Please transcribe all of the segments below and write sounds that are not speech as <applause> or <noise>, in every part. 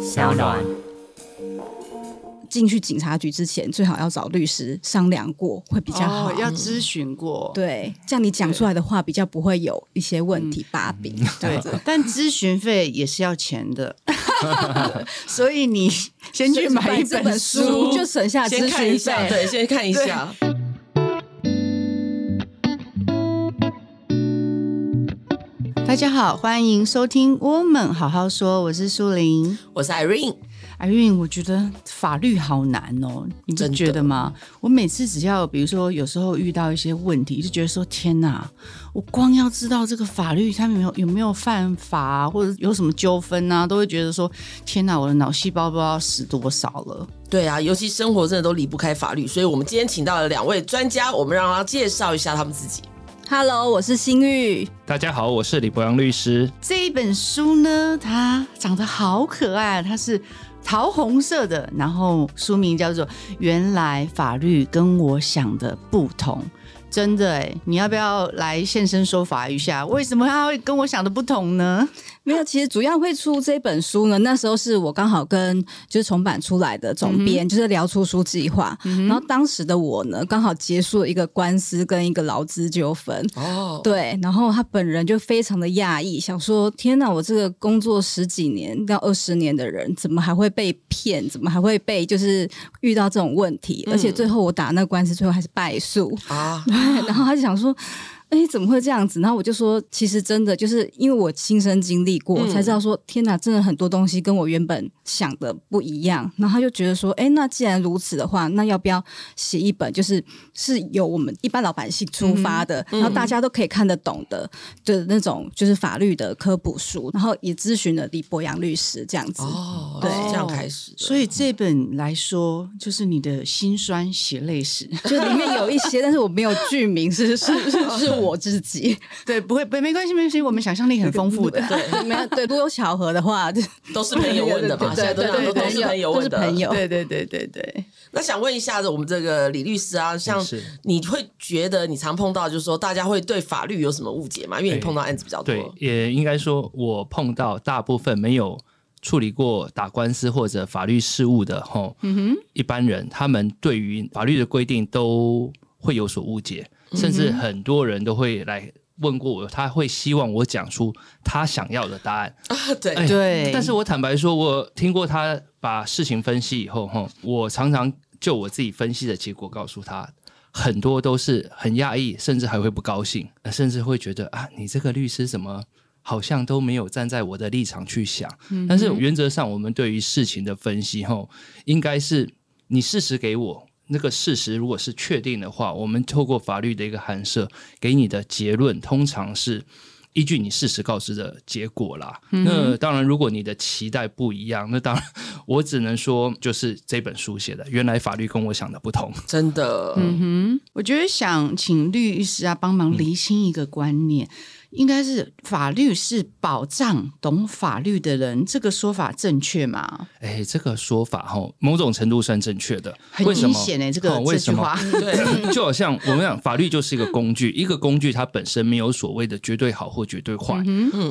小暖。进去警察局之前，最好要找律师商量过，会比较好。嗯哦要咨询过，对，这样你讲出来的话比较不会有一些问题把柄、这嗯对样子。但咨询费也是要钱 <laughs> 的，所以你先去买一这本书，书，就省下咨先看一询下，费。对，先看一下。大家好，欢迎收听《我们好好说》，我是苏玲。我是 Irene，阿韵，哎我觉得法律好难哦，你不真的觉得吗？我每次只要比如说有时候遇到一些问题，就觉得说天哪，我光要知道这个法律他们有没有有没有犯法、啊、或者有什么纠纷啊，都会觉得说天哪，我的脑细胞不知道死多少了。对啊，尤其生活真的都离不开法律，所以我们今天请到了两位专家，我们让他介绍一下他们自己。 <laughs> Hello，我是新玉，大家好，我是李博洋律师。这一本书呢，它长得好可爱，它是桃红色的，然后书名叫做《原来法律跟我想的不同》。真的哎，你要不要来现身说法一下？为什么它会跟我想的不同呢？没有，其实主要会出这本书呢。那时候是我刚好跟就是重版出来的总嗯编，就是聊出书计划。然后当时的我呢，刚好结束了一个官司跟一个劳资纠纷。哦，对，然后他本人就非常的讶异，想说：“天哪，我这个工作十几年到二十年的人，怎么还会被骗？怎么还会被就是遇到这种问题？而且最后我打那官司，最后还是败诉。啊，然后他就想说。哎，怎么会这样子？然后我就说，其实真的就是因为我亲身经历过，我才知道说，天哪，真的很多东西跟我原本想的不一样。然后他就觉得说，哎，那既然如此的话，那要不要写一本，就是是由我们一般老百姓出发的，然后大家都可以看得懂的，就是那种就是法律的科普书。然后也咨询了李博洋律师这样子。哦，对是这样开始的，所以这本来说，就是你的辛酸血泪史。就里面有一些，但是我没有剧名，是是是是我自己。 <laughs> 对，不会，不没关系，没关系，我们想象力很丰富的。对，没有对，如果有巧合的话，就都是朋友问的嘛，现在对都对这对样都对，都是朋友问的。都是朋友。对对对对对，那想问一下子，我们这个李律师啊，像是你会觉得你常碰到，就是说大家会对法律有什么误解吗？因为你对碰到案子比较多对，，也应该说，我碰到大部分没有处理过打官司或者法律事务的吼，嗯一般人他们对于法律的规定都会有所误解，嗯甚至很多人都会来问过我，他会希望我讲出他想要的答案。啊，对，哎对但是我坦白说，我听过他把事情分析以后，哈，我常常就我自己分析的结果告诉他，很多都是很讶异，甚至还会不高兴，呃甚至会觉得啊，你这个律师怎么？好像都没有站在我的立场去想，但是原则上，我们对于事情的分析，吼，应该是你事实给我，那个事实如果是确定的话，我们透过法律的一个函涉给你的结论，通常是依据你事实告知的结果啦。嗯那当然，如果你的期待不一样，那当然 <laughs> 我只能说，就是这本书写的，原来法律跟我想的不 <laughs> 同。真的，我觉得想请律师啊帮忙厘清一个观念，应该是法律是保障懂法律的人，这个说法正确吗？哎，这个说法吼，某种程度算正确的。很为什阴么？险哎、这个、哦为这什句么话，对，嗯就好像我们讲，法律就是一个工具，一个工具它本身没有所谓的绝对好或绝对坏。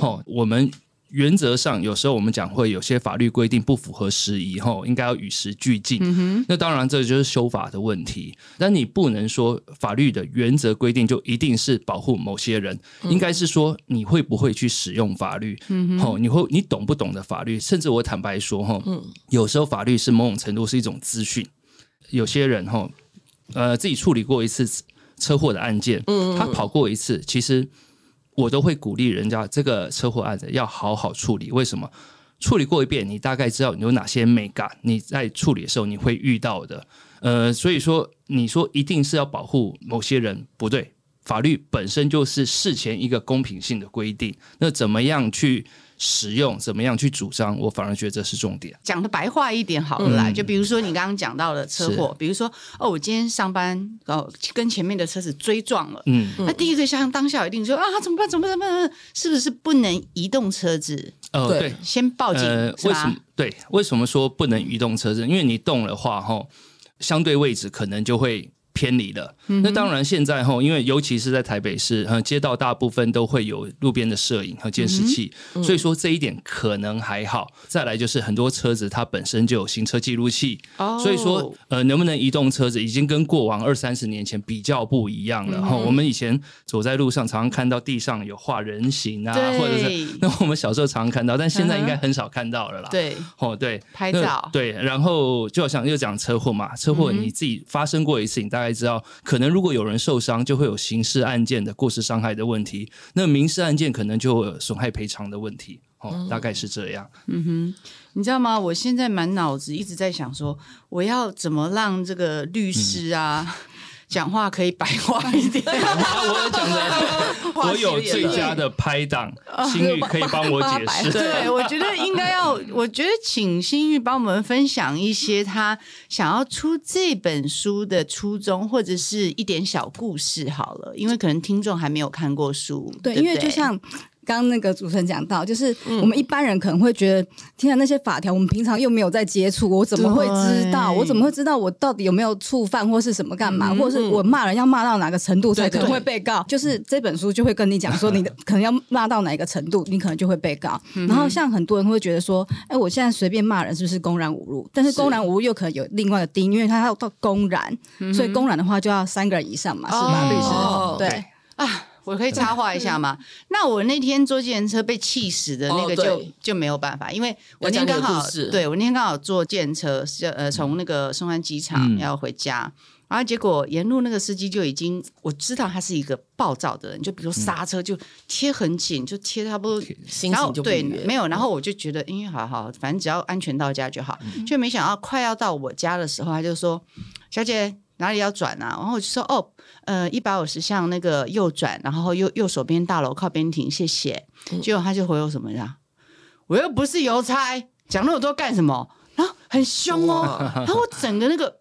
哦，我们原则上有时候我们讲会有些法律规定不符合时宜，吼，应该要与时俱进。那当然，这就是修法的问题。但你不能说法律的原则规定就一定是保护某些人，应该是说你会不会去使用法律，吼，你会你懂不懂得法律？甚至我坦白说，吼，有时候法律是某种程度是一种资讯，有些人吼。呃自己处理过一次车祸的案件，他跑过一次，其实我都会鼓励人家这个车祸案子要好好处理。为什么？处理过一遍，你大概知道有哪些美感，你在处理的时候你会遇到的。呃，所以说你说一定是要保护某些人，不对。法律本身就是事前一个公平性的规定，那怎么样去使用，怎么样去主张，我反而觉得这是重点。讲的白话一点好了啦，嗯就比如说你刚刚讲到的车祸，比如说哦，我今天上班哦跟前面的车子追撞了，嗯，那第一个想当下一定说啊怎么办怎么办怎么办，是不是不能移动车子，呃，对对，先报警、呃，是为吧什么？？对，为什么说不能移动车子？因为你动的话，吼，相对位置可能就会偏离了。嗯那当然，现在吼，因为尤其是在台北市，呃，街道大部分都会有路边的摄影和呃监视器，嗯所以说这一点可能还好。再来就是很多车子它本身就有行车记录器，哦所以说呃，能不能移动车子已经跟过往二三十年前比较不一样嗯了。哈、我们以前走在路上，常常看到地上有画人形啊，哦对或者是 <laughs> 那我们小时候常常看到，但现在应该很少看到了啦。。对，哦，对，拍那照对，然后就好像又讲车祸嘛，车祸你自己发生过一次，你大概知道，可能如果有人受伤，就会有刑事案件的过失伤害的问题，那民事案件可能就会有损害赔偿的问题，哦，大概是这样。你知道吗？我现在满脑子一直在想说，我要怎么让这个律师啊。讲话可以白话一点， <laughs> 啊，我有讲的， <laughs> <laughs> 我有最佳的拍档，心宇可以帮我解释。对，我觉得应该要，我觉得请新玉帮我们分享一些他想要出这本书的初衷，或者是一点小故事好了，因为可能听众还没有看过书，对对，不对，因为就像刚刚那个主持人讲到，就是我们一般人可能会觉得，天啊，那些法条我们平常又没有在接触，我怎么会知道？对我怎么会知道我到底有没有触犯或是什么干嘛？或者是我骂人要骂到哪个程度才可能会被告？就是这本书就会跟你讲说，你的可能要骂到哪一个程度，你可能就会被告。然后像很多人会觉得说，哎，我现在随便骂人是不是公然侮辱？但是公然侮辱又可能有另外的定义，因为它要到公然，所以公然的话就要三个人以上嘛，是吧？哦律哦师对。对我可以插话一下吗？那我那天坐计程车被气死的那个就、哦对就没有办法，因为我那天要讲刚你的好故事对我那天刚好坐计程车，是呃从那个松山机场嗯要回家。然后结果沿路那个司机就已经我知道他是一个暴躁的人，就比如说刹车就贴很紧，就贴差不多心然情后就不对愉悦嗯没有，然后我就觉得，因为好好，反正只要安全到家就好。嗯就没想到快要到我家的时候，他就说：“小姐哪里要转啊？”然后我就说：“哦，呃，一百五十向那个右转，然后右右手边大楼靠边停，谢谢。”嗯结果他就回我什么呀？我又不是邮差，讲那么多干什么？然后很凶哦，然后我整个那个，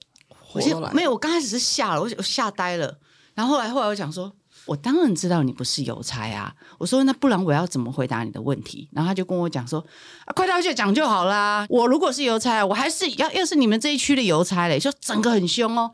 我火就都来了没有，我刚开始是吓了，我我吓呆了。然后后来后来我想说，我当然知道你不是邮差啊。我说那不然我要怎么回答你的问题？然后他就跟我讲说，啊、快到去讲就好啦。我如果是邮差，我还是要要是你们这一区的邮差嘞，就整个很凶哦，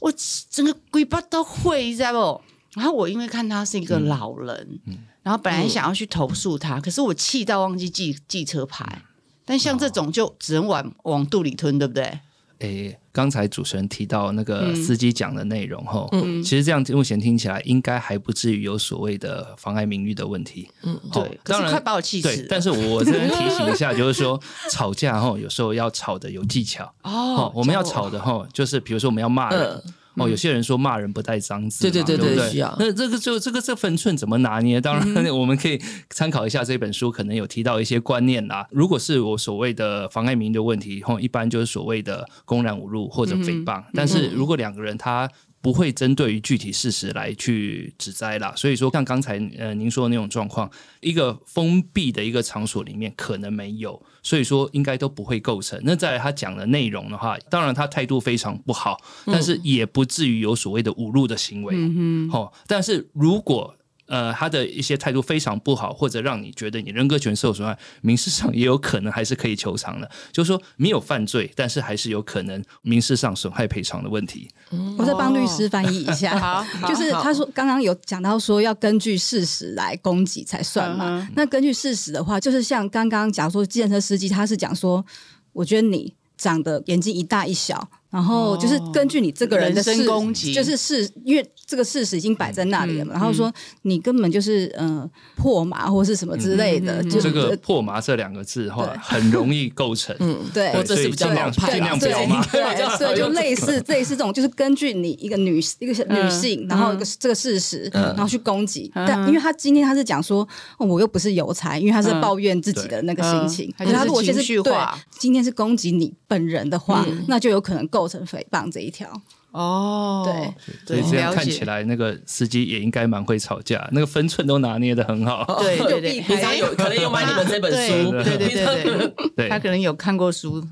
我整个鬼巴都会，你知道不？然后我因为看他是一个老人，嗯然后本来想要去投诉他，可是我气到忘记记记车牌。但哦像这种就只能往往肚里吞，对不对？诶，刚才主持人提到那嗯个司机讲的内容后，其实这样目前听起来应该还不至于有所谓的妨碍名誉的问题。嗯，对，可当是然快把我气死对了。，但是我这边提醒一下，就是说吵架吼，有时候要吵的有技巧哦哦，我们要吵的吼，就是比如说我们要骂人嗯。哦，有些人说骂人不带脏字嘛，对对对对不对需要嗯那这个就这个这分寸怎么拿捏？当然， <laughs> 我们可以参考一下这本书，可能有提到一些观念啦。如果是我所谓的妨碍名誉的问题，吼，一般就是所谓的公然侮辱或者诽嗯谤。但是如果两个人他不会针对于具体事实来去指摘啦，所以说像刚才呃您说的那种状况，一个封闭的一个场所里面可能没有，所以说应该都不会构成。那再来他讲的内容的话，当然他态度非常不好，但是也不至于有所谓的侮辱的行为。嗯哦，但是如果呃，他的一些态度非常不好，或者让你觉得你人格权受损害，民事上也有可能还是可以求偿的。就是说没有犯罪，但是还是有可能民事上损害赔偿的问题。我再帮律哦师翻译一下， <laughs> 就是他说刚刚有讲到说要根据事实来攻击才算嗯嘛。那根据事实的话，就是像刚刚讲说，计程车司机他是讲说，我觉得你长得眼睛一大一小，然后就是根据你这个人的哦人身事攻击嗯就是事，因为这个事实已经摆在那里了嘛。然后说你根本就是呃破马或是什么之类嗯的，就这个“破麻”这两个字的话，对嗯很容易构成。对，或者所是以比较尽量老派啦尽量不对要嗯骂。对，所以就类似类似这种，就是根据你一个女一个嗯女性，然后一个这个事实，嗯然后去攻击。但因为他今天他是讲说，哦我又不是邮差，因为他是抱怨自己的那个心情。可嗯是他如果现在还是情绪对化嗯今天是攻击你本人的话，那就有可能构成诽谤这一条。哦，对所以对，这样了看解起来，那个司机也应该蛮会吵架，那个分寸都拿捏的很好。 <laughs> 对对就对，避平开常有可能有买你们这本书，对对对 <laughs> 平常对对对他，可能有看过书，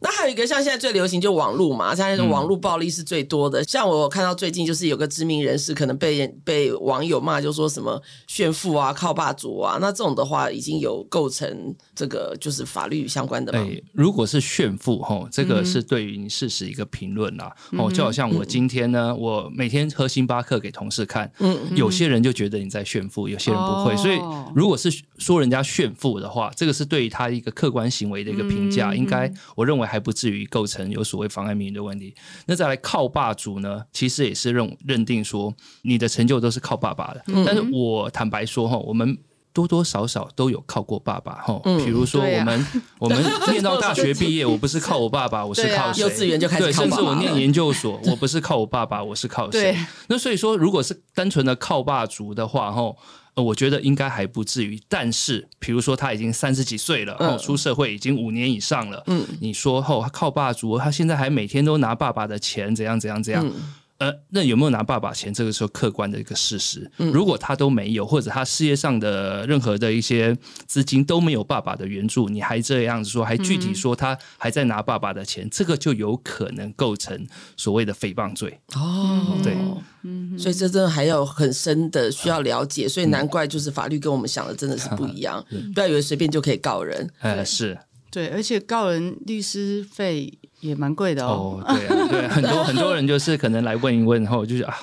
那还有一个像现在最流行就网络嘛，现在嗯网络暴力是最多的。像我有看到最近就是有个知名人士可能被人被网友骂，就说什么炫富啊、靠霸主啊，那这种的话已经有构成这个就是法律相关的吗？哎，如果是炫富吼，这嗯个是对于你事实一个评论啦。哦，就好像我今天嗯呢，我每天喝星巴克给同事看，有些人就觉得你在炫富，有些人不会。哦所以，如果是说人家炫富的话，这个是对于他一个客观行为的一个评嗯价，应该我认为还不至于构成有所谓妨碍名誉的问题。那再来靠霸主呢，其实也是认认定说你的成就都是靠爸爸的。嗯但是我坦白说哈，我们。多多少少都有靠过爸爸哈，比如说对啊我们、我们 <laughs> 念到大学毕业，我不是靠我爸爸，我是对啊靠谁？幼稚园就开始对，靠甚至爸爸我念了研究所，我不是靠我爸爸，我是靠谁对？那所以说，如果是单纯的靠霸族的话，吼。呃我觉得应该还不至于，但是比如说他已经三十几岁了，哦，嗯出社会已经五年以上了，嗯，你说后、他靠霸族，他现在还每天都拿爸爸的钱，怎样怎样怎样，呃，那有没有拿爸爸钱，这个是客观的一个事实。如果他都没有，或者他事业上的任何的一些资金都没有爸爸的援助，你还这样子说，还具体说他还在拿爸爸的钱，这个就有可能构成所谓的诽谤罪。哦，对，所以这真的还有很深的需要了解，所以难怪就是法律跟我们想的真的是不一 <laughs> 样，不要以为随便就可以告人。呃，是对，而且告人律师费也蛮贵的哦。哦，对啊， <laughs> 对啊，很多很多人就是可能来问一问后，就是啊。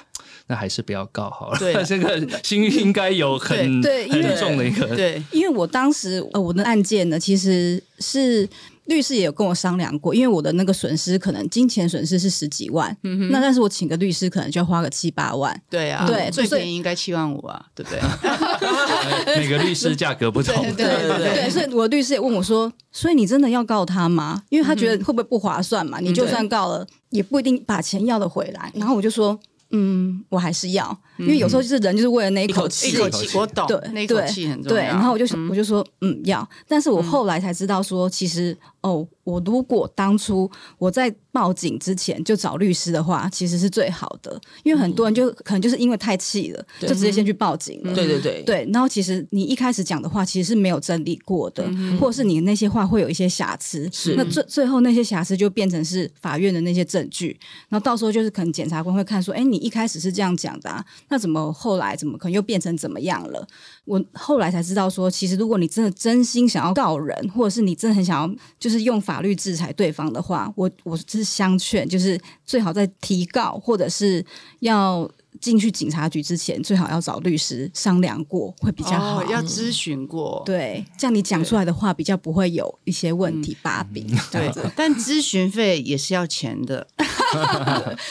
那还是不要告好了。对 <laughs> 啊这个心应该有很对对因为很重的一个对，因为我当时呃我的案件呢，其实是律师也有跟我商量过，因为我的那个损失可能金钱损失是十几万，嗯那但是我请个律师可能就要花个七八万，对啊，嗯对最所以便宜应该七万五啊，对不 <laughs> 对？呃每个律师价格不同。 <laughs> 对对对对，所以我律师也问我说，所以你真的要告他吗？因为他觉得会不会不划算嘛？你就算告了，也不一定把钱要得回来。然后我就说，嗯，我还是要，因为有时候就是人就是为了那一口一一气，口口气，气我懂，对那一口对气很重要。对，然后我就想，我就说，嗯，要。但是我后来才知道说，其实哦，我如果当初我在报警之前就找律师的话，其实是最好的，因为很多人就可能就是因为太气了，就直接先去报警嗯了。对对对，对，然后其实你一开始讲的话其实是没有整理过的，或者是你那些话会有一些瑕疵，是那最最后那些瑕疵就变成是法院的那些证据，然后到时候就是可能检察官会看说，哎，你一开始是这样讲的、啊，那怎么后来怎么可能又变成怎么样了？我后来才知道说，其实如果你真的真心想要告人，或者是你真的很想要就是用法律制裁对方的话，我我是相劝，就是最好在提告或者是要进去警察局之前，最好要找律师商量过会比较好。嗯哦要咨询过。对，这样你讲出来的话比较不会有一些问题把柄。这样子对，但咨询费也是要钱 <laughs> 的，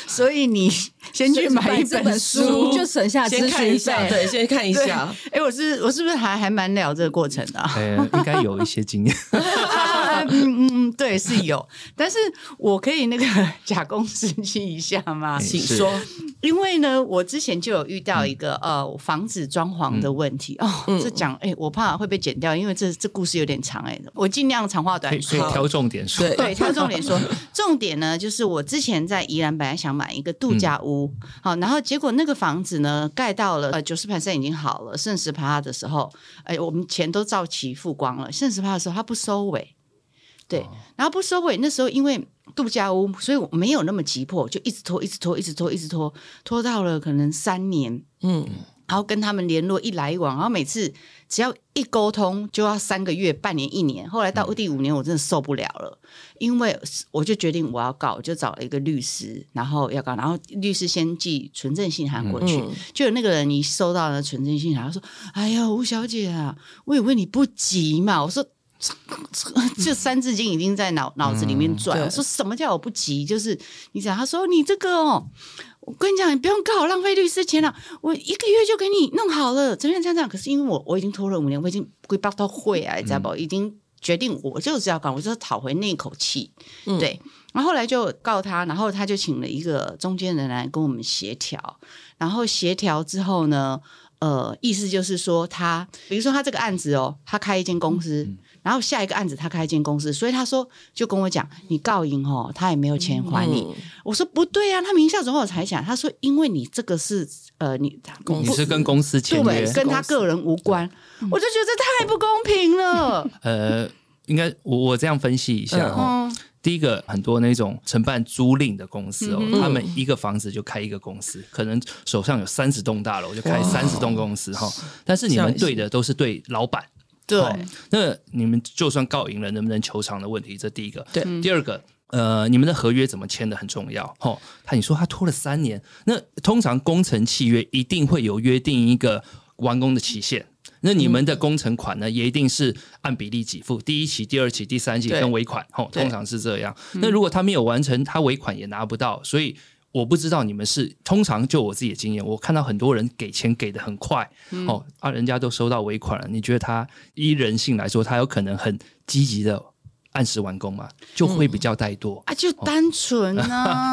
所以你先去买一这本书书，就省啊下咨先看一询下，费。对，先看一下。哎，我是我是不是还还蛮聊这个过程的啊？ <laughs> 呃，应该有一些经 <laughs> 验。啊嗯嗯，嗯，对，是有，但是我可以那个 <laughs> 假公时机一下吗？是请说，因为呢，我之前就有遇到嗯一个、呃房子装潢的问题、哦，这讲哎、我怕会被剪掉，因为这这故事有点长哎、我尽量长话可以短可说以。好挑重点说。对 <laughs> 对，他重点说，重点呢，就是我之前在宜兰本来想买一个度假屋，嗯好、然后结果那个房子呢，盖到了呃九十 percent 已经好了，剩十趴的时候，哎、我们钱都照期付光了，剩十趴的时候他不收尾，对，哦然后不收尾，那时候因为度假屋，所以我没有那么急迫，就一直拖，一直拖，一直拖，一直拖，拖到了可能三年，嗯，然后跟他们联络一来一往，然后每次只要一沟通就要三个月、半年、一年。后嗯来到第五年，我真的受不了了，因为我就决定我要告，我就找了一个律师，然后要告，然后律师先寄存证信函过去，嗯就有那个人一收到了存证信函，他说：“哎呀，吴小姐啊，我以为你不急嘛。”我说。这三字经已经在脑脑子里面转。嗯对我说什么叫我不急？就是你讲，他说你这个哦，我跟你讲，你不用告，浪费律师钱了，啊我一个月就给你弄好了，怎么样？这样这样。可是因为我我已经拖了五年，我已经归包到会啊，你知道嗯不？已经决定我就是要告，我就是讨回那口气。嗯对，然后后来就告他，然后他就请了一个中间人来跟我们协调，然后协调之后呢。呃，意思就是说他，比如说他这个案子哦，他开一间公司，嗯然后下一个案子他开一间公司，所以他说就跟我讲，你告赢哦，他也没有钱还你。嗯我说不对啊，他名下总有财产。他说因为你这个是呃你他公你司是跟公司签约嗯对，跟他个人无关，我就觉得这太不公平了。呃，应该我我这样分析一嗯下哦。第一个，很多那种承办租赁的公司哦，嗯他们一个房子就开一个公司，可能嗯手上有三十栋大楼，就开三十栋公司哈。但是你们对的都是对老板，对哦那你们就算告赢了，能不能求偿的问题，这第一个。对第二个。呃，你们的合约怎么签的很重要。吼、他你说他拖了三年，那通常工程契约一定会有约定一个完工的期限。那你们的工程款呢，也一定是按比例给付，第一期、第二期、第三期嗯对跟尾款，吼、对嗯通常是这样。那如果他没有完成，他尾款也拿不到，所以我不知道你们是通常就我自己的经验，我看到很多人给钱给的很快，哦啊，人家都收到尾款了，你觉得他依人性来说，他有可能很积极的按时完工嘛，就会比较怠惰，啊，就单纯啊，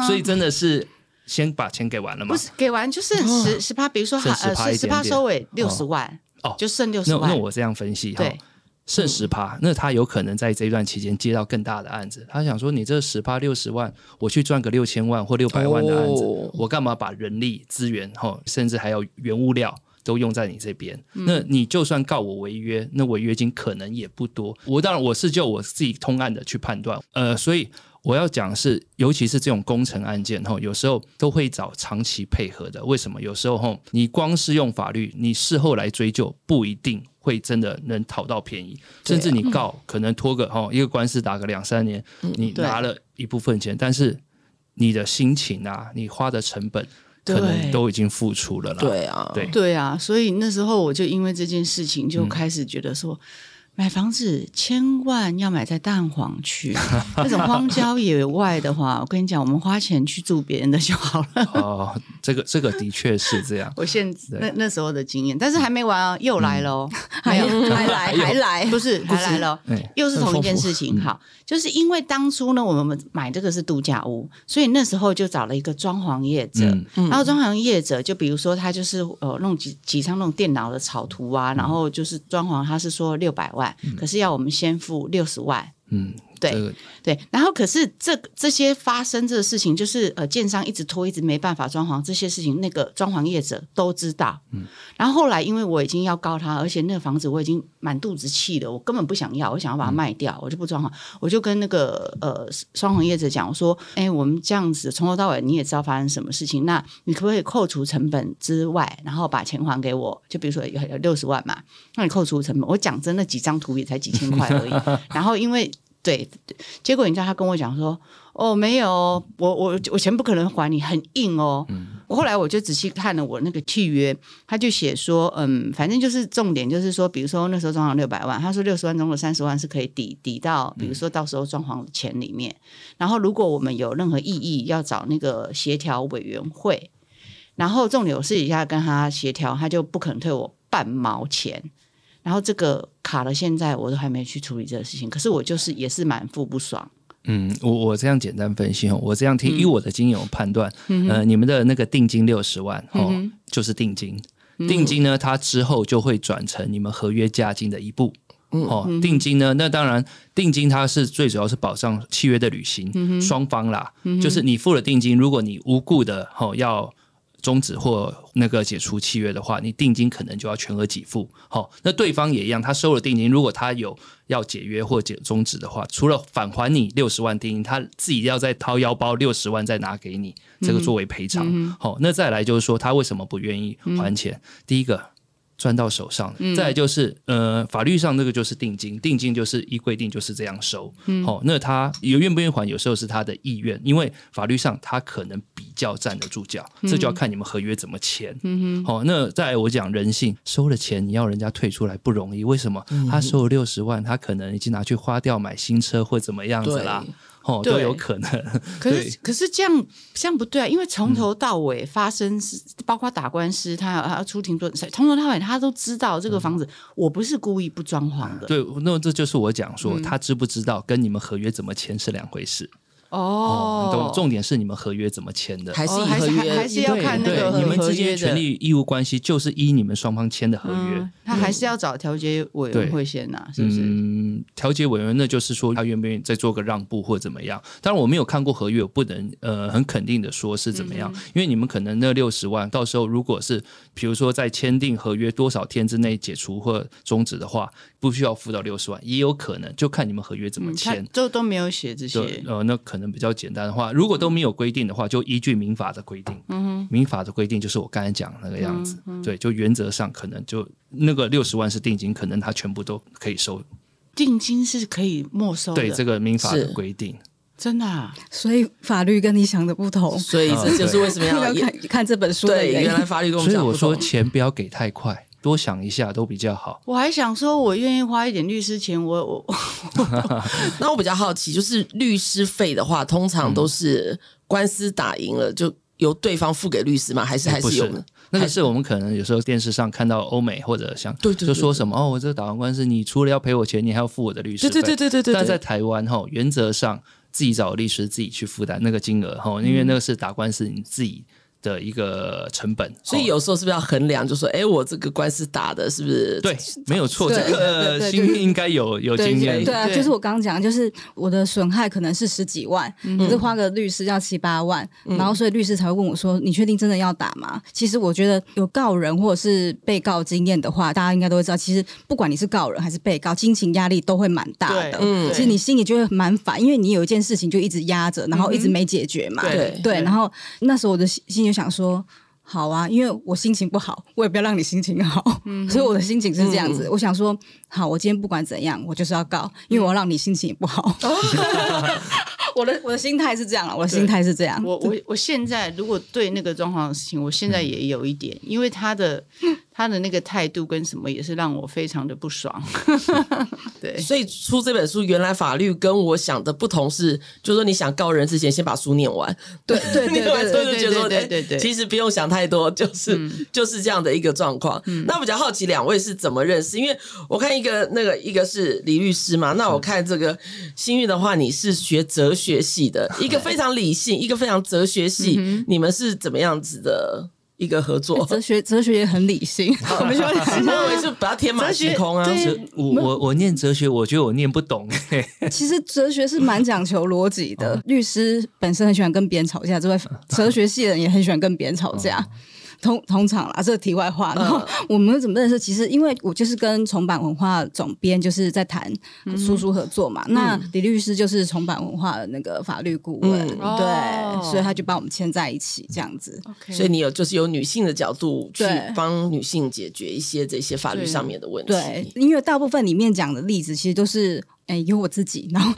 哦嗯 <laughs> 所以真的是先把钱给完了嘛不？是给完就是十十趴，比如说哦剩好呃10%十十一点趴点收尾六十万，哦就剩六十那万。那我这样分析哈。对剩十趴，那他有可能在这一段期间接到更大的案子。他想说，你这十趴六十万，我去赚个六千万或六百万的案子，哦我干嘛把人力资源哈，甚至还有原物料都用在你这边？嗯那你就算告我违约，那违约金可能也不多。我当然我是就我自己通案的去判断，呃，所以。我要讲是，尤其是这种工程案件，吼，有时候都会找长期配合的。为什么？有时候，吼，你光是用法律，你事后来追究，不一定会真的能讨到便宜，对甚啊至你告，可能拖个，吼，一个官司打个两三年，嗯你对拿了一部分钱，但是你的心情啊，你花的成本可能对都已经付出了啦。对啊，对对啊，所以那时候我就因为这件事情就开始觉得说， <laughs> 买房子千万要买在蛋黄 <laughs> 区，那种荒郊野外的话，我跟你讲，我们花钱去住别人的就好了。。哦、这个这个的确是这样我现对嗯那那时候的经验，但是还没完哦，又来了哦，还没有还来还来，不是，还来了哎，又是同一件事情。嗯好，就是因为当初呢，我们买这个是度假屋，所以那时候就找了一个装潢业者。嗯然后装潢业者就比如说他就是呃弄几几张那种电脑的草图嗯啊，然后就是装潢，他是说六百万，可是要我们先付六十万。嗯，对这个对，然后可是这这些发生这个事情，就是呃，建商一直拖，一直没办法装潢这些事情，那个装潢业者都知道。嗯，然后后来因为我已经要告他，而且那个房子我已经满肚子气了，我根本不想要，我想要嗯把它卖掉，我就不装潢，我就跟那个呃装潢业者讲，我说，哎，我们这样子从头到尾你也知道发生什么事情，那你可不可以扣除成本之外，然后把钱还给我？就比如说有有六十万嘛，那你扣除成本，我讲真，那几张图也才几千块而已。然后因为对，结果你知道他跟我讲说，哦，没有，我我我钱不可能还你，很硬哦。我后来我就仔细看了我那个契约，他就写说，嗯，反正就是重点就是说，比如说那时候装潢六百万，他说六十万中的三十万是可以抵抵到，比如说到时候装潢的钱里面。然后如果我们有任何异议，要找那个协调委员会。然后重点我私底下跟他协调，他就不肯退我半毛钱。然后这个卡了，现在我都还没去处理这个事情，可是我就是也是满腹不爽。嗯，我我这样简单分析哦，我这样听，以我的经验我判断，呃，你们的那个定金六十万哦，就是定金。定金呢，它之后就会转成你们合约价金的一部。哦，定金呢？那当然，定金它是最主要是保障契约的履行，双、方啦，就是你付了定金，如果你无故的哦要终止或那个解除契约的话，你定金可能就要全额给付。好、那对方也一样，他收了定金，如果他有要解约或解终止的话，除了返还你六十万定金，他自己要再掏腰包六十万再拿给你，这嗯个作为赔偿。好、那再来就是说，他为什么不愿意还钱？第一个。赚到手上，嗯再来就是呃，法律上那个就是定金，定金就是依规定就是这样收。嗯哦，那他有愿不愿意还，有时候是他的意愿，因为法律上他可能比较站得住脚，嗯这就要看你们合约怎么签。嗯哦，那再来我讲人性，收了钱你要人家退出来不容易，为什么？嗯他收了六十万，他可能已经拿去花掉买新车或怎么样子啦。哦，对都有可能。可对是可是这样这样不对啊，因为从头到尾发生事，包括打官司，他他出庭做，从头到尾他都知道这个房子、我不是故意不装潢的。嗯对，那这就是我讲说，他知不知道跟你们合约怎么签是两回事。哦，懂重点是你们合约怎么签的。还是哦以还合是约还还是要对看那对个合你们之合间约的权利义务关系就是依你们双方签的合约嗯。他还是要找调解委员会先呐、是不是？嗯，调解委员那就是说他愿不愿意再做个让步或怎么样。当然我没有看过合约，我不能呃很肯定的说是怎么样，嗯因为你们可能那六十万到时候如果是比如说在签订合约多少天之内解除或终止的话，不需要付到六十万，也有可能就看你们合约怎么嗯他签。就都没有写这对些，呃，那可能比较简单的话，如果都没有规定的话，就依据民法的规定。嗯民法的规定就是我刚才讲的那个样子，嗯对，就原则上可能就那个六十万是定金，可能他全部都可以收。定金是可以没收的，对这个民法的是规定，真的、啊。所以法律跟你想的不同，所以嗯这就是为什么 <laughs> 要要看看这本书的啊对人原来法律跟我所们以讲不我说同。钱不要给太快，多想一下都比较好。我还想说，我愿意花一点律师钱，我我我那我比较好奇，就是律师费的话，通常嗯都是官司打赢了就由对方付给律师吗？还是还哎不是有是呢？，那还个是我们可能有时候电视上看到欧美或者像，对对对就说什么哦，我这打完官司，你除了要赔我钱，你还要付我的律师对费。对对对对对但在对，台湾哈，原则上自己找律师自己去负担那个金额哈，因为嗯那个是打官司你自己的一个成本。所以齁有时候是不是要衡量，就说，哎，我这个官司打的是不是对没有错，对这个对对对新兵应该有有对经对验对。啊，对就是我刚刚讲的，就是我的损害可能是十几万，可是花个律师要七八万，然后所以律师才会问我说：“你确定真的要打吗？”其实我觉得有告人或者是被告经验的话，大家应该都会知道，其实不管你是告人还是被告，心情压力都会蛮大的。嗯其实你心里就会蛮烦，因为你有一件事情就一直压着，然后一直没解决嘛。对对，然后那时候我的心心里就想说。好啊，因为我心情不好，我也不要让你心情好，所以我的心情是这样子。我想说，好，我今天不管怎样，我就是要告，因为我要让你心情也不好。我的我的心态是这样啊了，我的心态是这啊样。我我我现在如果对那个装潢的事情，我现嗯在也有一点，因为他的他的那个态度跟什么也是让我非常的不爽。 <laughs> 对，所以出这本书，原来法律跟我想的不同是，就是说你想告人之前，先把书念完。对 <laughs> 对对念完对之后就觉得对说，对哎对对其实不用想太多，就是、就是这样的一个状况。那比较好奇两位是怎么认识？因为我看一个那个一个是李律师嘛，那我看这个新玉的话，你是学哲学系的，一个非常理性，一个非常哲学系，你们是怎么样子的一个合作？哎哲学哲学也很理性，我们就要我 <laughs> 认 <laughs> <laughs> 为是比较天马哲学行空啊，对哲我我我念哲学，我觉得我念不懂。嘿嘿其实哲学是蛮讲求逻辑的，律师本身很喜欢跟别人吵架，之外，哲学系的人也很喜欢跟别人吵架。通通常啦，这个题外话。然后我们怎么认识？其实因为我就是跟重版文化总编就是在谈叔叔合作嘛。那李律师就是重版文化的那个法律顾问，嗯哦对，所以他就把我们牵在一起这样子。 OK 所以你有就是有女性的角度去对帮女性解决一些这些法律上面的问题。对，因为大部分里面讲的例子其实都是。哎，有我自己， <laughs> 然后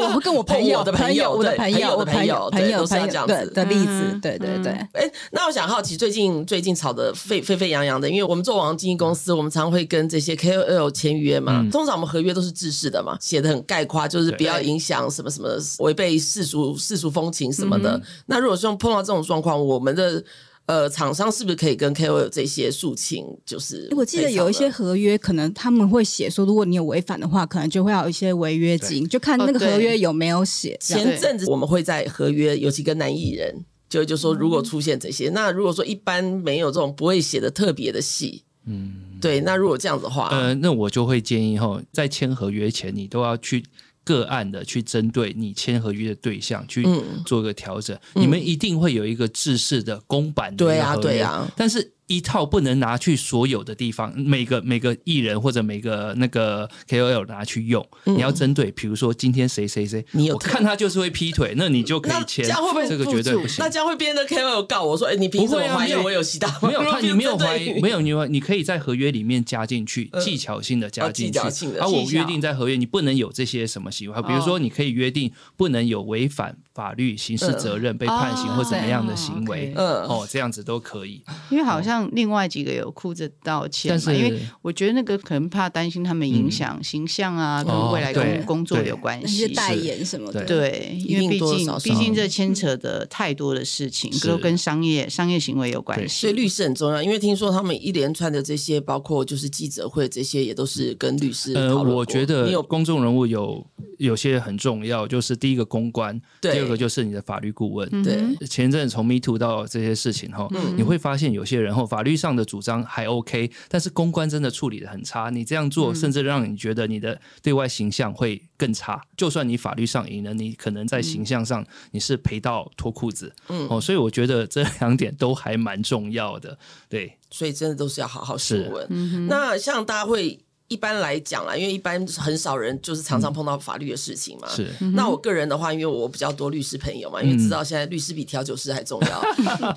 我会跟我朋友我的朋朋友我的对朋朋友友、我的朋友友、对朋友、都是要朋这样友子对的例子嗯，对对对。哎，那我想好奇，最近最近吵得沸沸沸扬扬的，因为我们做网红经纪公司，我们常会跟这些 KOL 签约嘛，通常我们合约都是制式的嘛，写的很概括，就是不要影响什么什么，违背世俗世俗风情什么的。那如果说碰到这种状况，我们的呃厂商是不是可以跟 KOL 这些诉请？就是我记得赔偿有一些呢合约，可能他们会写说，如果你有违反的话，可能就会要有一些违约金，就看那哦个对合约有没有写。这样前阵子我们会在合约，尤其跟男艺人，就就说嗯如果出现这些，那如果说一般没有这种不会写的特别的戏，嗯，对，那如果这样子的话，呃，那我就会建议哈，在签合约前，你都要去个案的去针对你签合约的对象去嗯做个调整。你们一定会有一个制式的公版的一个对啊合约对啊但是一套不能拿去所有的地方，每个每个艺人或者每个那个 KOL 拿去用，你要针对，比如说今天谁谁谁，嗯你有我特看他就是会劈腿，那你就可那以这签，样会不会这个绝对住不行那。这样会变得 KOL 告我说，哎，你凭什不么会啊怀疑没有我有吸大麻？没 <laughs> 有他，你没有怀疑，没有。有你有，你可以在合约里面加进去技巧性的加哦呃技进去。巧啊性的啊，我技巧约定在合约，你不能有这些什么行为，比如哦说你可以约定不能有违反法律、刑事责任、被判刑哦或怎么样的行为对，嗯哦，这样子都可以。因为哦好像另外几个有哭着道歉但嘛，是因为我觉得那个可能怕担心他们嗯影响形象啊，跟未来哦对工工作对有关那系些。代言什么的，对对，因为一定毕多多竟少少嗯毕竟这牵扯的太多的事情，是都跟商业商业行为有关对所以系。律师很嗯重要，因为听说他们一连串的这些，包括就是记者会这些，也都是跟律师讨呃，论过。我觉得你有公众人物有有些很重要，就是第一个公关，第对嗯二个就是你的法律顾问。对前阵子从 Me Too 到这些事情嗯哈，你会发现有些人哈，哦法律上的主张还 OK，但是公关真的处理的很差。你这样嗯做，甚至让你觉得你的对外形象会更差。就算你法律上赢了，你可能嗯在形象上你是赔到脱裤子。哦，所以我觉得这两点都还蛮重要的。对，所以真的都是要好好询嗯是问。那像大家会一般来讲啦，因为一般很少人就是常常碰到法律的事情嘛。是那我个人的话，因为我比较多律师朋友嘛，因为知道现在律师比调酒师还重要，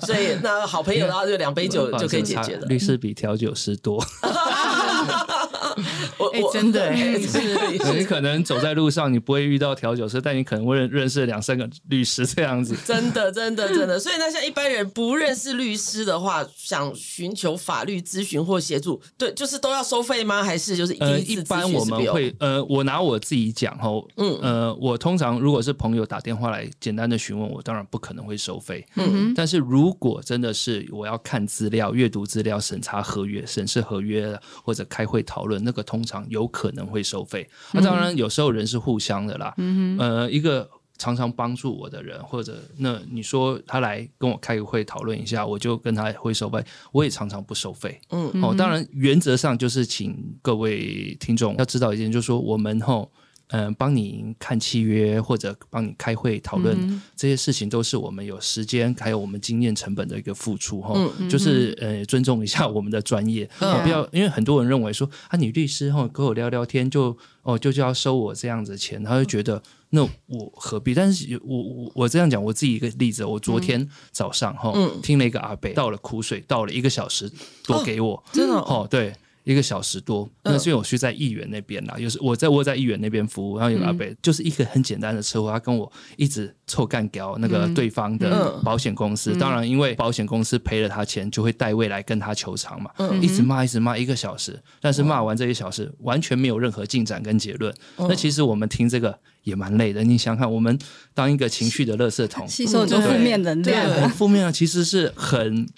<laughs> 所以那好朋友的话就两杯酒就可以解决了。律师比调酒师 <laughs> 多，我哎我真的哎对 <laughs> 是你可能走在路上你不会遇到调酒师，但你可能会认认识两三个律师这样子。真的，真的，真的。所以呢，像一般人不认识律师的话，想寻求法律咨询或协助，对，就是都要收费吗？还是就是第呃，次一咨般询我是不们用会呃，我拿我自己讲吼，嗯嗯呃，我通常如果是朋友打电话来简单的询问，我当然不可能会收费。嗯但是如果真的是我要看资料、阅读资料、审查合约、审视合约或者开会讨论，那个通常有可能会收费。那、嗯当然，有时候人是互相的啦。嗯、呃，一个常常帮助我的人，或者那你说他来跟我开个会讨论一下，我就跟他会收费，我也常常不收费。嗯嗯，哦，当然原则上就是请各位听众要知道一件，就是说我们吼。嗯，帮你看契约或者帮你开会讨论、这些事情，都是我们有时间还有我们经验成本的一个付出哈、就是呃尊重一下我们的专业，嗯哦不要因为很多人认为说啊，你律师哈、跟我聊聊天就哦就就要收我这样子的钱，他就觉得那我何必？但是有我我我这样讲我自己一个例子，我昨天早上哈、听了一个阿伯倒了苦水，倒了一个小时多给我，真的哦哦，对，一个小时多。嗯那是因为我去在议员那边啦，有时我在我在议员那边服务，然后有个阿伯，嗯就是一个很简单的车祸，他跟我一直臭干掉那个对方的嗯保险公司。当然，因为保险公司赔了他钱，就会代位来跟他求偿嘛，嗯一直骂一直骂一个小时，但是骂完这一小时完全没有任何进展跟结论。嗯那其实我们听这个也蛮累的，你想想看，我们当一个情绪的垃圾桶，吸收很多负面能嗯对量。很负面啊，其实是很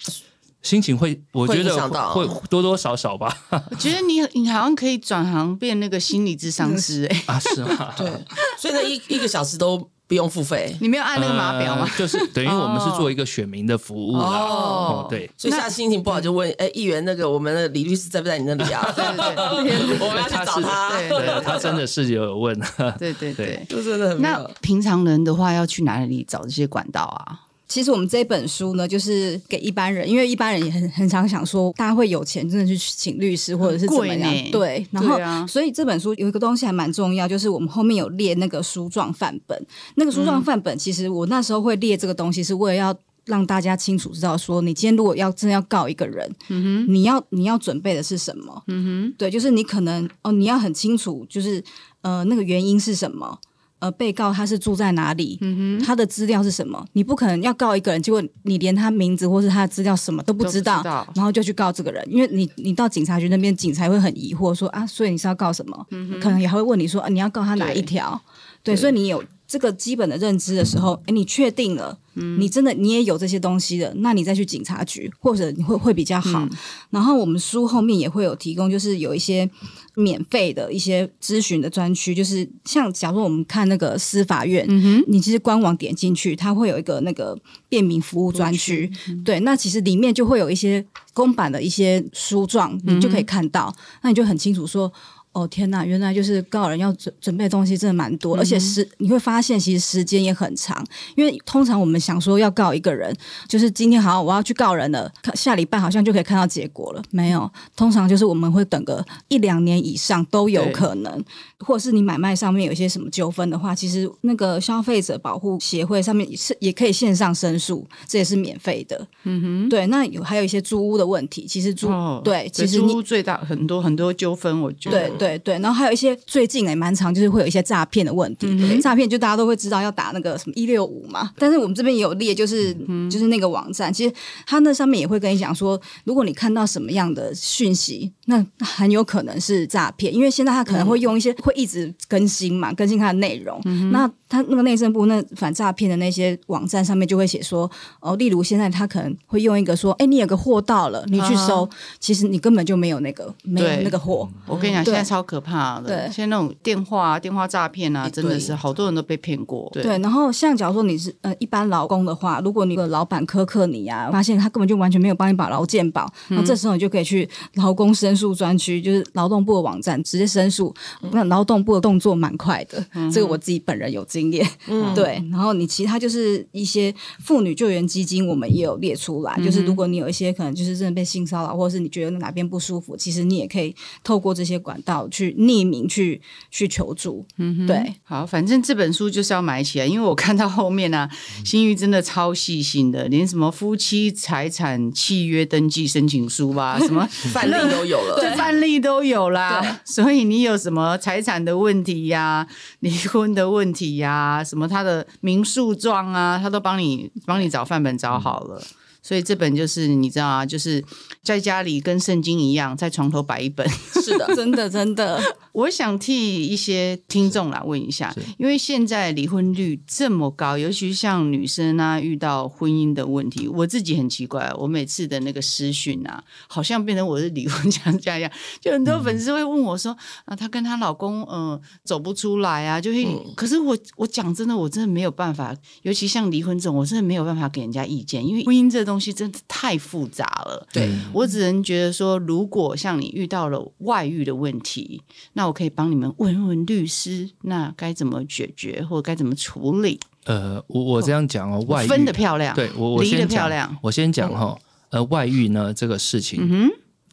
心情会，我会觉影得响到会会多多少少吧。我觉得你你好像可以转行变那个心理智商 <laughs> 师哎、啊，是吗？ <laughs> 对，所以呢，一一个小时都不用付费。你没有按那个码表吗？呃就是等于我们是做一个选民的服呃务啦。哦哦，对，所以下次心情不好就问，哎，议员那个我们的李律师在不在你那里啊？对我们要去找他，对对他真的是有问，啊对对对对对。就真的很那妙平常人的话，要去哪里找这些管道啊？其实我们这本书呢，就是给一般人，因为一般人也很很常想说，大家会有钱真的去请律师或者是怎么很样贵？呢对，然后、对啊所以这本书有一个东西还蛮重要，就是我们后面有列那个书状范本。那个书状范本，其实我那时候会列这个东西，是为了要。让大家清楚知道，说你今天如果要真的要告一个人，嗯、你要你要准备的是什么？嗯、对，就是你可能哦，你要很清楚，就是呃那个原因是什么，呃被告他是住在哪里，他的资料是什么？你不可能要告一个人，结果你连他名字或是他的资料什么都不知道，都不知道然后就去告这个人，因为你你到警察局那边，警察会很疑惑说啊，所以你是要告什么？可能也还会问你说、啊、你要告他哪一条？嗯对，所以你有这个基本的认知的时候，哎，你确定了，你真的你也有这些东西了，那你再去警察局或者你会会比较好。然后我们书后面也会有提供，就是有一些免费的一些咨询的专区，就是像假如我们看那个司法院，你其实官网点进去，它会有一个那个便民服务专区，对，那其实里面就会有一些公版的一些书状，你就可以看到，那你就很清楚说。哦天呐，原来就是告人要准准备的东西真的蛮多，而且时你会发现其实时间也很长，因为通常我们想说要告一个人，就是今天好像我要去告人了，看下礼拜好像就可以看到结果了，没有，通常就是我们会等个一两年以上都有对可能，或者是你买卖上面有一些什么纠纷的话，其实那个消费者保护协会上面是也可以线上申诉，这也是免费的。嗯哼，对，那有还有一些租屋的问题，其实租、对，其实哦租你屋最大很多很多纠纷，我觉得对对对，然后还有一些最近也蛮常就是会有一些诈骗的问题，嗯诈骗就大家都会知道要打那个什么一六五嘛，但是我们这边也有列，就是、嗯就是那个网站，其实它那上面也会跟你讲说，如果你看到什么样的讯息，那很有可能是诈骗，因为现在它可嗯能会用一些、会一直更新嘛，更新它的内容，那它那个内政部那反诈骗的那些网站上面就会写说，哦，例如现在他可能会用一个说，哎，你有个货到了，你去收，其实你根本就没有那个没有啊对那个货。我跟你讲，对现在超可怕的，对现在那种电话、啊、电话诈骗啊，一堆真的是好多人都被骗过。对对，然后像假如说你是呃一般劳工的话，如果你的老板苛刻你啊，发现他根本就完全没有帮你把劳健保，那、嗯这时候你就可以去劳工申诉专区，就是嗯劳动部的网站直接申诉。那劳动部的动作蛮快的，这个我自己本人有经经验，嗯对。然后你其他就是一些妇女救援基金，我们也有列出嗯来，就是如果你有一些可能就是真的被性骚扰，或者是你觉得哪边不舒服，其实你也可以透过这些管道去匿名去去求助，嗯对。好，反正这本书就是要买起来，因为我看到后面啊，新玉真的超细心的，连什么夫妻财产契约登记申请书吧，什么范例都有了。这范例都有啦。 <laughs> 所以你有什么财产的问题呀、 <laughs> 离婚的问题呀、什么他的民诉状啊，他都帮你帮你找范本找好了。所以这本就是你知道啊，就是在家里跟圣经一样，在床头摆一本。是的， <laughs> 真的，真的，我想替一些听众来问一下是，因为现在离婚率这么高，尤其像女生啊遇到婚姻的问题，我自己很奇怪，我每次的那个私讯啊，好像变成我是离婚专家一样，就很多粉丝会问我说、啊，她跟她老公嗯、呃走不出来啊，就是、可是我我讲真的，我真的没有办法，尤其像离婚这种，我真的没有办法给人家意见，因为婚姻这东西真的太复杂了。对，嗯我只能觉得说，如果像你遇到了外遇的问题，那我可以帮你们问问律师，那该怎么解决或该怎么处理？呃，我我这样讲哦，外遇分的漂亮，对我我离的先漂亮讲，，我先讲哈，呃，外遇呢这个事情，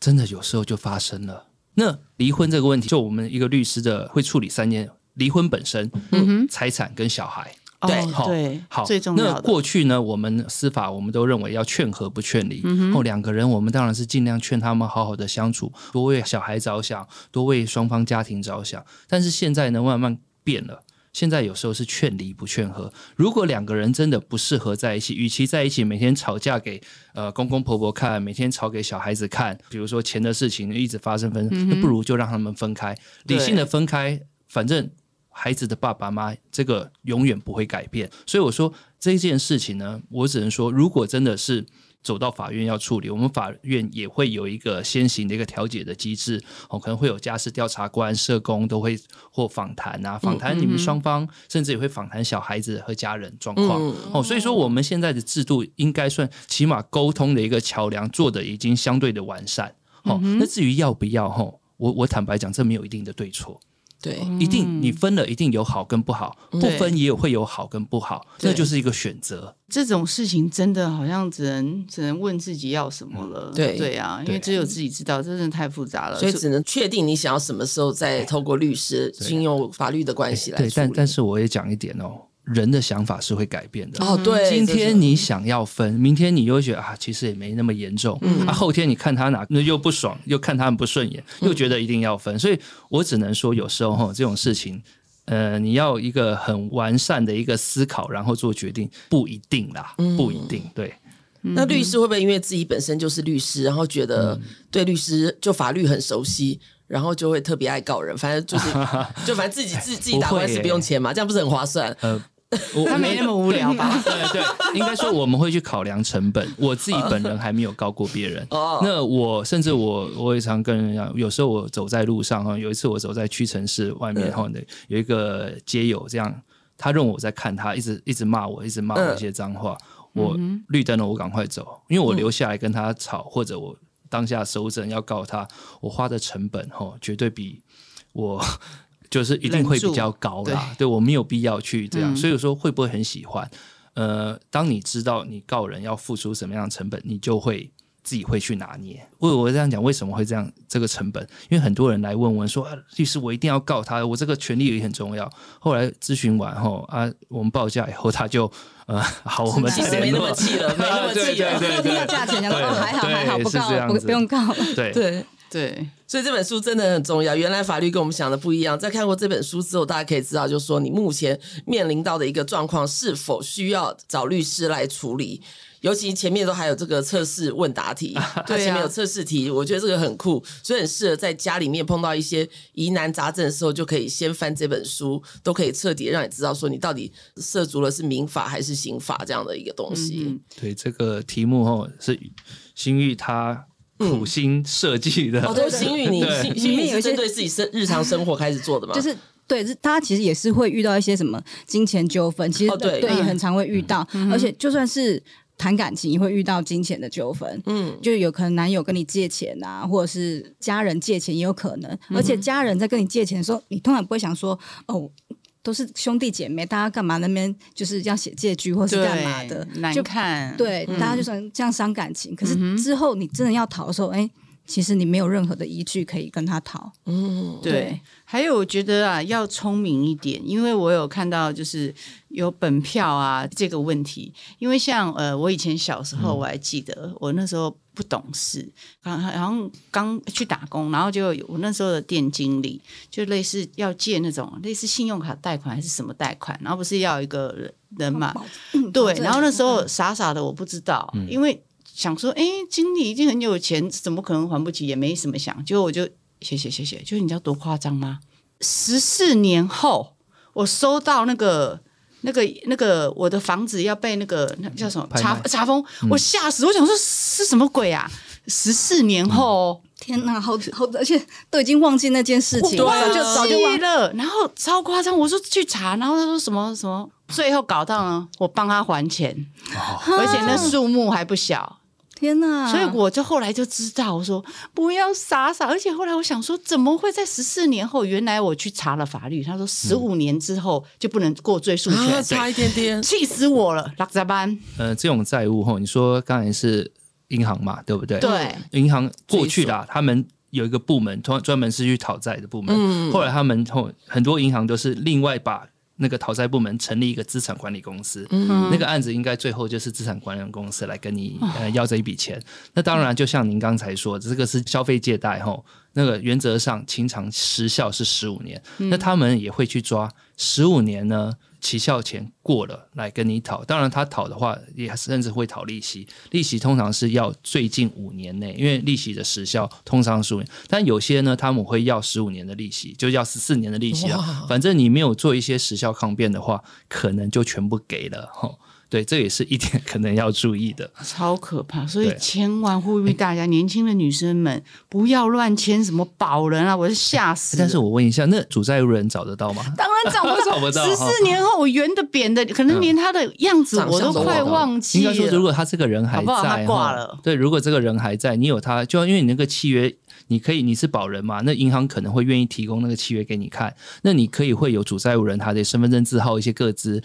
真的有时候就发生了。那离婚这个问题，就我们一个律师的会处理三件：离婚本身、财产跟小孩。哦对好对，好，最重要那的过去呢，我们司法我们都认为要劝和不劝离。嗯哦，两个人我们当然是尽量劝他们好好的相处，多为小孩着想，多为双方家庭着想。但是现在呢，慢慢变了。现在有时候是劝离不劝和。如果两个人真的不适合在一起，与其在一起每天吵架给呃公公婆婆看，每天吵给小孩子看，比如说钱的事情一直发生分，那不如就让他们分开，对理性的分开，反正。孩子的爸爸妈妈，这个永远不会改变。所以我说这件事情呢，我只能说，如果真的是走到法院要处理，我们法院也会有一个先行的一个调解的机制，哦，可能会有家事调查官、社工都会或访谈啊，访谈你们双方，甚至也会访谈小孩子和家人状况。哦，所以说我们现在的制度应该算起码沟通的一个桥梁，做的已经相对的完善。哦，那至于要不要，吼，我我坦白讲，这没有一定的对错。对，一定嗯你分了，一定有好跟不好，不对分也有会有好跟不好，对那就是一个选择。这种事情真的好像只能只能问自己要什么了。对对啊，因对为只有自己知道，真的太复杂了。所以只能确定你想要什么时候再透过律师，经由法律的关系来对，但但是是我也讲一点哦，人的想法是会改变的。哦，对，今这是天你想要分，明天你又会觉得啊，其实也没那么严重。嗯啊，后天你看他哪那又不爽，又看他很不顺眼，嗯又觉得一定要分。所以我只能说，有时候哈这种事情，呃，你要一个很完善的一个思考，然后做决定，不一定啦，嗯不一定。对，嗯那律师会不会因为自己本身就是律师，然后觉得对律师就法律很熟悉，然后就会特别爱告人？反正就是 <laughs> 就反正自己自自己打官不司会耶不用钱嘛，这样不是很划算？呃 <laughs> 我他没那么无 <laughs> 聊吧？对对，应该说我们会去考量成 <laughs> 本。我自己本人还没有高过别人。哦那我甚至我我也常跟人讲，有时候我走在路上哦哈，有一次我走在屈臣氏外面嗯哈，那有一个街友这样，他认为我在看他，一直一直骂我，一直骂我一些脏话。嗯我绿灯了，我赶快走，因为我留下来跟他吵，或者我当下收证要告他，我花的成本哈，绝对比我 <laughs> 就是一定会比较高啦。对嗯我没有必要去这样，所以说会不会很喜欢？呃，当你知道你告人要付出什么样的成本，你就会自己会去拿捏。为我这样讲，为什么会这样？这个成本，因为很多人来问问说，啊、律师我一定要告他，我这个权利也很重要。后来咨询完后啊，我们报价以后，他就 <laughs> 呃，好，我们其实再没联那络么气了，没那么对气对了。对听到对价钱，然后对哦还好对还好，不是告这了，样不子不用告了。 <laughs> 对对，对，所以这本书真的很重要。原来法律跟我们想的不一样。在看过这本书之后，大家可以知道，就是说你目前面临到的一个状况是否需要找律师来处理。尤其前面都还有这个测试问答题，啊它前面有测试题，我觉得这个很酷，所以很适合在家里面碰到一些疑难杂症的时候，就可以先翻这本书，都可以彻底让你知道说你到底涉足了是民法还是刑法这样的一个嗯东西。嗯对，这个题目哦是新玉他苦心设计的。 <laughs> 哦，对，心宇，你对心心宇嗯里面有你一些是针对自己生日常生活开始做的吗？就是对，是他其实也是会遇到一些什么金钱纠纷，其实、哦对也嗯很常会遇到，而且就算是。谈感情也会遇到金钱的纠纷，嗯，就有可能男友跟你借钱啊，或者嗯是家人借钱也有可能，而且家人在跟你借钱的时候，你通常不会想说哦，都是兄弟姐妹，大家干嘛那边就是要写借据或是干嘛的对，难就看，对，嗯大家就想这样伤感情。可是之后你真的要逃的时候，哎、其实你没有任何的依据可以跟他逃。嗯，对，还有我觉得啊，要聪明一点，因为我有看到就是有本票啊这个问题，因为像呃，我以前小时候我还记得，我那时候不懂事，刚然后刚去打工，然后就有我那时候的店经理就类似要借那种类似信用卡贷款还是什么贷款，然后不是要有一个人人嘛，对，然后那时候傻傻的我不知道，因为想说，哎，经理已经很有钱，怎么可能还不起？也没什么想，结果我就写写写写，就是你知道多夸张吗？十四年后，我收到那个。那个那个，我的房子要被那个那叫什么拍卖嗯查查封，我吓死！我想说是什么鬼啊？十四年后哦，嗯天哪，好好，而且都已经忘记那件事情，我早啊忘就记早就忘记了，然后超夸张。我说去查，然后他说什么什么，最后搞到呢，我帮他还钱，哦而且那数目还不小。天哪！所以我就后来就知道，我说不要傻傻。而且后来我想说，怎么会在十四年后？原来我去查了法律，他说十嗯五年之后就不能过追溯权，啊，差一点 <laughs> 点，气死我了，拉杂班。呃，这种债务吼，你说刚才是银行嘛，对不对？对，银行过去啦，他们有一个部门专专门是去讨债的部门，后来他们后很多银行都是另外把。那个讨债部门成立一个资产管理公司，那个案子应该最后就是资产管理公司来跟你呃要这一笔钱。那当然，就像您刚才说，这个是消费借贷吼，那个原则上清偿时效是十五年，那他们也会去抓十五年呢，期效前过了来跟你讨。当然，他讨的话也甚至会讨利息，利息通常是要最近五年内，因为利息的时效通常是五年，但有些呢他们会要十五年的利息，就要十四年的利息啊哇。反正你没有做一些时效抗辩的话，可能就全部给了吼。对，这也是一点可能要注意的。超可怕，所以对千万呼吁大家，年轻的女生们不要乱签什么保人啊，我是吓死了。哎但是我问一下，那主债务人找得到吗？当然找不 <laughs> 到，找不到十哈四年后，我圆的扁的，嗯可能连他的样子嗯我都长相都快忘了忘记应了。该说，如果他这个人还好不好他在，挂哈了对，如果这个人还在，你有他，就因为你那个契约，你可以你是保人嘛，那银行可能会愿意提供那个契约给你看，那你可以会有主债务人他的身份证字号一些个资，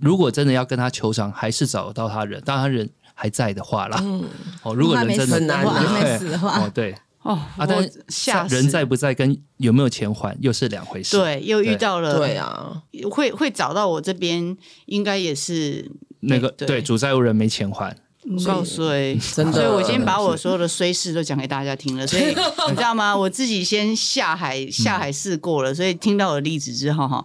如果真的要跟他求偿，还是找得到他人，当他人还在的话啦。嗯哦，如果人真的很难啊对还没死的 <laughs> 话哦 <laughs> 对，哦，啊，我但吓死人在不在跟有没有钱还又是两回事。，对，又遇对到了，对啊，会会找到我这边，应该也是那个对对主债务人没钱还，告衰。真嗯的。所以我先把我所有的衰事都讲给大家听了，所以你知道吗？我自己先下嗯海下海试过了，所以听到我的例子之后哈，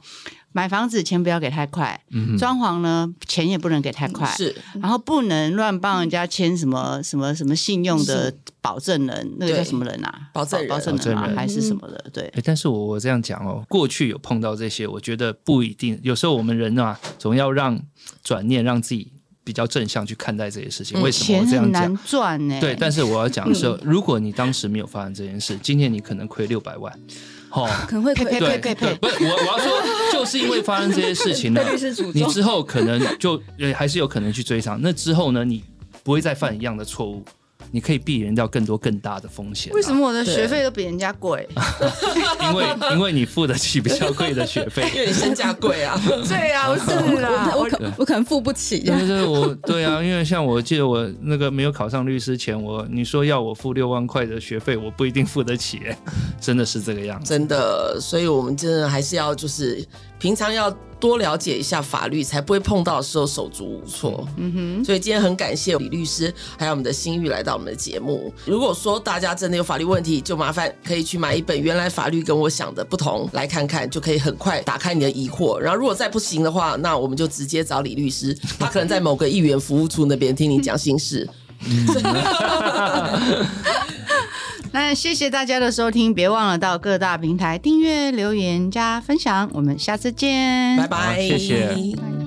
买房子钱不要给太快，嗯装潢呢钱也不能给太快，是然后不能乱帮人家签什么什么什么信用的保证人，那个叫对什么人啊？保证人保证保人证啊，人还是什么的？对，诶但是我我这样讲哦，过去有碰到这些，我觉得不一定。有时候我们人啊，总要让转念，让自己比较正向去看待这些事情。为什么我钱这样很讲难？赚呢。对，但是我要讲的是，如果你当时没有发生这件事，今天你可能亏六百万。哦，可能会呸亏呸对呸对呸，不是我我要说，就是因为发生这些事情呢被律师诅咒，你之后可能就呃还是有可能去追偿。那之后呢，你不会再犯一样的错误，你可以避免掉更多更大的风险啊、为什么我的对学费都比人家贵？因为因为你付得起比较贵的学费。 <laughs> 因为你身价贵啊， <laughs> 对啊，我是啦，我可我可能付不起这样对对，我对啊，因为像我记得我那个没有考上律师前，我你说要我付六万块的学费，我不一定付得起、欸真的是这个样子。真的，所以我们真的还是要就是平常要多了解一下法律，才不会碰到的时候手足无措。嗯哼，所以今天很感谢李律师还有我们的新玉来到我们的节目。如果说大家真的有法律问题，就麻烦可以去买一本《原来法律跟我想的不同》来看看，就可以很快打开你的疑惑。然后如果再不行的话，那我们就直接找李律师，他可能在某个议员服务处那边听你讲心事。 <laughs> <laughs> 那谢谢大家的收听，别忘了到各大平台订阅、留言、加分享，我们下次见，拜拜，好谢谢拜拜